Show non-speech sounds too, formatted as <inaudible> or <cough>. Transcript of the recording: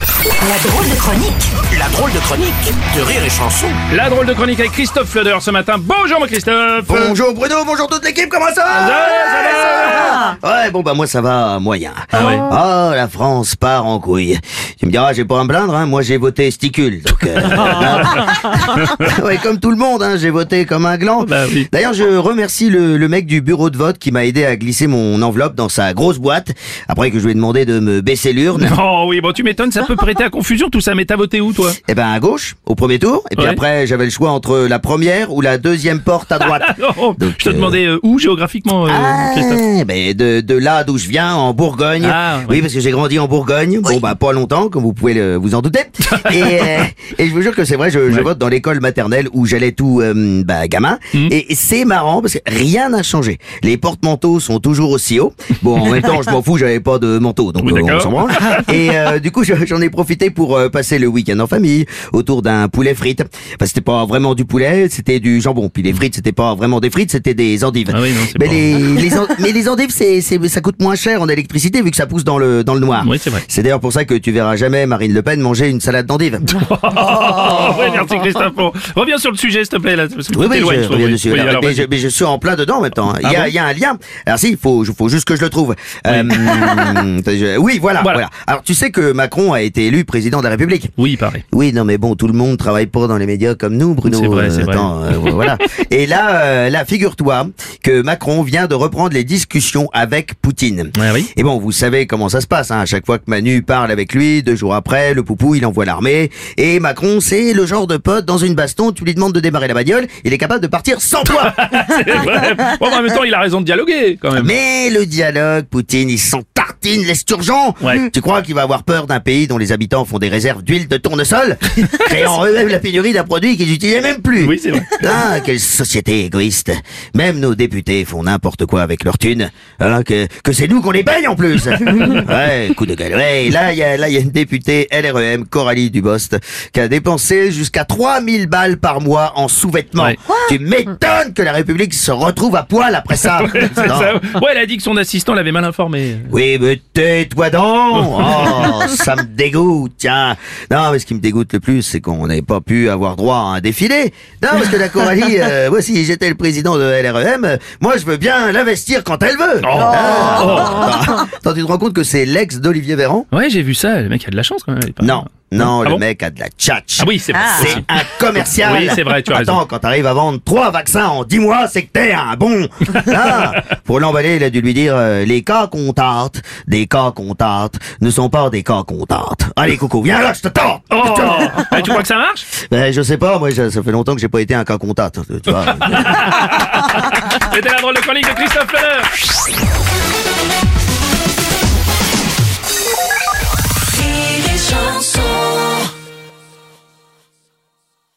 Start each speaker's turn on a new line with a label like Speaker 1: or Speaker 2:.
Speaker 1: La drôle de chronique
Speaker 2: La drôle de chronique de Rire et Chanson.
Speaker 3: La drôle de chronique avec Christophe Flodder ce matin. Bonjour mon Christophe
Speaker 4: Bonjour Bruno, bonjour toute l'équipe, comment ça
Speaker 3: Ça
Speaker 4: va
Speaker 3: va, ça
Speaker 4: Ouais, bon bah moi ça va moyen.
Speaker 3: va Ah ouais.
Speaker 4: Oh, la France part en couille. Tu me diras, j'ai pas à me plaindre, hein, moi j'ai voté sticule. Donc,
Speaker 3: <laughs>
Speaker 4: euh, <laughs> hein. ouais, comme tout le monde, hein, j'ai voté comme un gland.
Speaker 3: Bah oui.
Speaker 4: D'ailleurs, je remercie le, le mec du bureau de vote qui m'a aidé à glisser mon enveloppe dans sa grosse boîte, après que je lui ai demandé de me baisser l'urne.
Speaker 3: Oh oui, bon tu m'étonnes, ça peut prêter à confusion tout ça, mais t'as voté où toi <laughs>
Speaker 4: Eh ben à gauche, au premier tour, et puis
Speaker 3: Ouais.
Speaker 4: après j'avais le choix entre la première ou la deuxième porte
Speaker 3: <laughs>
Speaker 4: à droite.
Speaker 3: Ah Non,
Speaker 4: Donc,
Speaker 3: Je te
Speaker 4: euh,
Speaker 3: demandais euh, où géographiquement, euh, Christophe <laughs>
Speaker 4: Ah, ben de, de là d'où je viens, en Bourgogne.
Speaker 3: Ah,
Speaker 4: oui. parce que j'ai grandi en Bourgogne. Bon, bah pas longtemps, comme vous pouvez le- vous en
Speaker 3: <laughs>
Speaker 4: douter. et, euh, et je vous jure que c'est vrai, je, je
Speaker 3: Ouais.
Speaker 4: vote dans l'école maternelle où j'allais tout euh, bah, gamin.
Speaker 3: Hmm.
Speaker 4: Et c'est marrant parce que rien n'a changé. Les porte-manteaux sont toujours aussi hauts. Bon, en même temps, je m'en fous, j'avais pas de manteau, donc
Speaker 3: Oui,
Speaker 4: euh, on
Speaker 3: d'accord.
Speaker 4: s'en branle. Et euh, du coup, je- j'en ai profité pour euh, passer le week-end en famille autour d'un poulet frites. Enfin, c'était pas vraiment du poulet, c'était du jambon. Puis les frites, c'était pas vraiment des frites, c'était des endives.
Speaker 3: Ah oui, non, c'est
Speaker 4: Mais
Speaker 3: pas-
Speaker 4: les, les en- mais les endives, c'est, c'est- ça coûte moins cher en électricité vu que ça pousse dans le, dans le noir.
Speaker 3: Oui, c'est vrai.
Speaker 4: C'est d'ailleurs pour ça que tu verras jamais Marine Le Pen manger une
Speaker 3: <laughs>
Speaker 4: salade d'endives.
Speaker 3: Oh, ouais, merci Christophe. Bon, reviens sur le sujet s'il te plaît là, parce que
Speaker 4: Oui,
Speaker 3: tu
Speaker 4: oui,
Speaker 3: t'éloignes,
Speaker 4: je
Speaker 3: toi,
Speaker 4: reviens
Speaker 3: oui.
Speaker 4: dessus.
Speaker 3: Oui,
Speaker 4: Alors,
Speaker 3: alors,
Speaker 4: mais
Speaker 3: vas-y. Ah
Speaker 4: je, mais je suis en plein dedans en même temps. hein. Il y, a,
Speaker 3: bon
Speaker 4: il y a un lien. Alors si, il faut, je- faut juste que je le trouve. Euh, hum, je- oui, voilà,
Speaker 3: Voilà.
Speaker 4: voilà. Alors tu sais que Macron a été élu président de la République.
Speaker 3: Oui, pareil.
Speaker 4: Oui, non, mais bon, tout le monde travaille pas dans les médias comme nous, Bruno.
Speaker 3: C'est vrai, c'est vrai.
Speaker 4: attends, euh, voilà. Et là, euh, là, figure-toi que Macron vient de reprendre les discussions avec Poutine.
Speaker 3: Ah
Speaker 4: <laughs>
Speaker 3: oui.
Speaker 4: Et bon, vous savez comment ça se passe. Hein. À chaque fois que Manu parle avec lui, deux jours après, le poupou, il envoie l'armée. Et Macron, c'est le genre de pote dans une baston. Tu lui demandes de démarrer la bagnole, il est capable de partir sans toi.
Speaker 3: C'est vrai. Bon, en même temps, il a raison de dialoguer quand même.
Speaker 4: Mais le dialogue, Poutine, ils sont tartines, l'esturgeon
Speaker 3: Ouais.
Speaker 4: Tu crois qu'il va avoir peur d'un pays dont les habitants font des réserves d'huile de tournesol Créant eux-mêmes la pénurie d'un produit qu'ils n'utilisaient même plus
Speaker 3: Oui, c'est vrai.
Speaker 4: <laughs> Ah, quelle société égoïste Même nos députés font n'importe quoi avec leur thune, alors que, que c'est nous qu'on les paye en
Speaker 3: <laughs>
Speaker 4: plus Ouais, coup de gueule. Ouais, et là, il y a, là, il y a une députée LREM, Coralie Dubost, qui a dépensé jusqu'à 3000 balles par mois en sous-vêtements.
Speaker 3: Ouais.
Speaker 4: Tu m'étonnes que la République se retrouve à poil après ça
Speaker 3: C'est
Speaker 4: Non.
Speaker 3: ça. <laughs> Ouais, elle a dit que son assistant l'avait mal informé.
Speaker 4: Oui, mais
Speaker 3: <laughs>
Speaker 4: tais-toi donc Oh, ça me dégoûte, tiens Non, mais ce qui me dégoûte le plus, c'est qu'on n'ait pas pu avoir droit à un défilé Non, parce que
Speaker 3: <laughs>
Speaker 4: la Coralie, euh, moi, si j'étais le président de LREM, euh, moi, je veux bien l'investir quand elle veut
Speaker 3: Oh.
Speaker 4: Ah, attends, attends, tu te rends compte que c'est l'ex d'Olivier Véran
Speaker 3: Ouais, j'ai vu ça. Le mec a de la chance quand même. il est pas-
Speaker 4: Non, non,
Speaker 3: Ah
Speaker 4: le
Speaker 3: bon
Speaker 4: mec a de la tchatch
Speaker 3: Ah oui, c'est
Speaker 1: Ah.
Speaker 3: possible.
Speaker 4: c'est un commercial.
Speaker 3: Oui, c'est vrai, tu as
Speaker 4: Attends,
Speaker 3: raison.
Speaker 4: quand t'arrives à vendre trois vaccins en 10 mois, c'est que t'es un
Speaker 3: <laughs>
Speaker 4: bon. Ah, pour l'emballer, il a dû lui dire euh, les cas qu'on tarte, des cas qu'on tarte, ne sont pas des cas qu'on tarte. Allez, coucou, viens là, je te tente.
Speaker 3: Oh Eh, Tu crois que ça marche
Speaker 4: Ben, je sais pas, moi, je- ça fait longtemps que j'ai pas été
Speaker 3: <laughs>
Speaker 4: un cas qu'on tarte, tu vois.
Speaker 3: C'était la drôle de chronique de Christophe Fleur.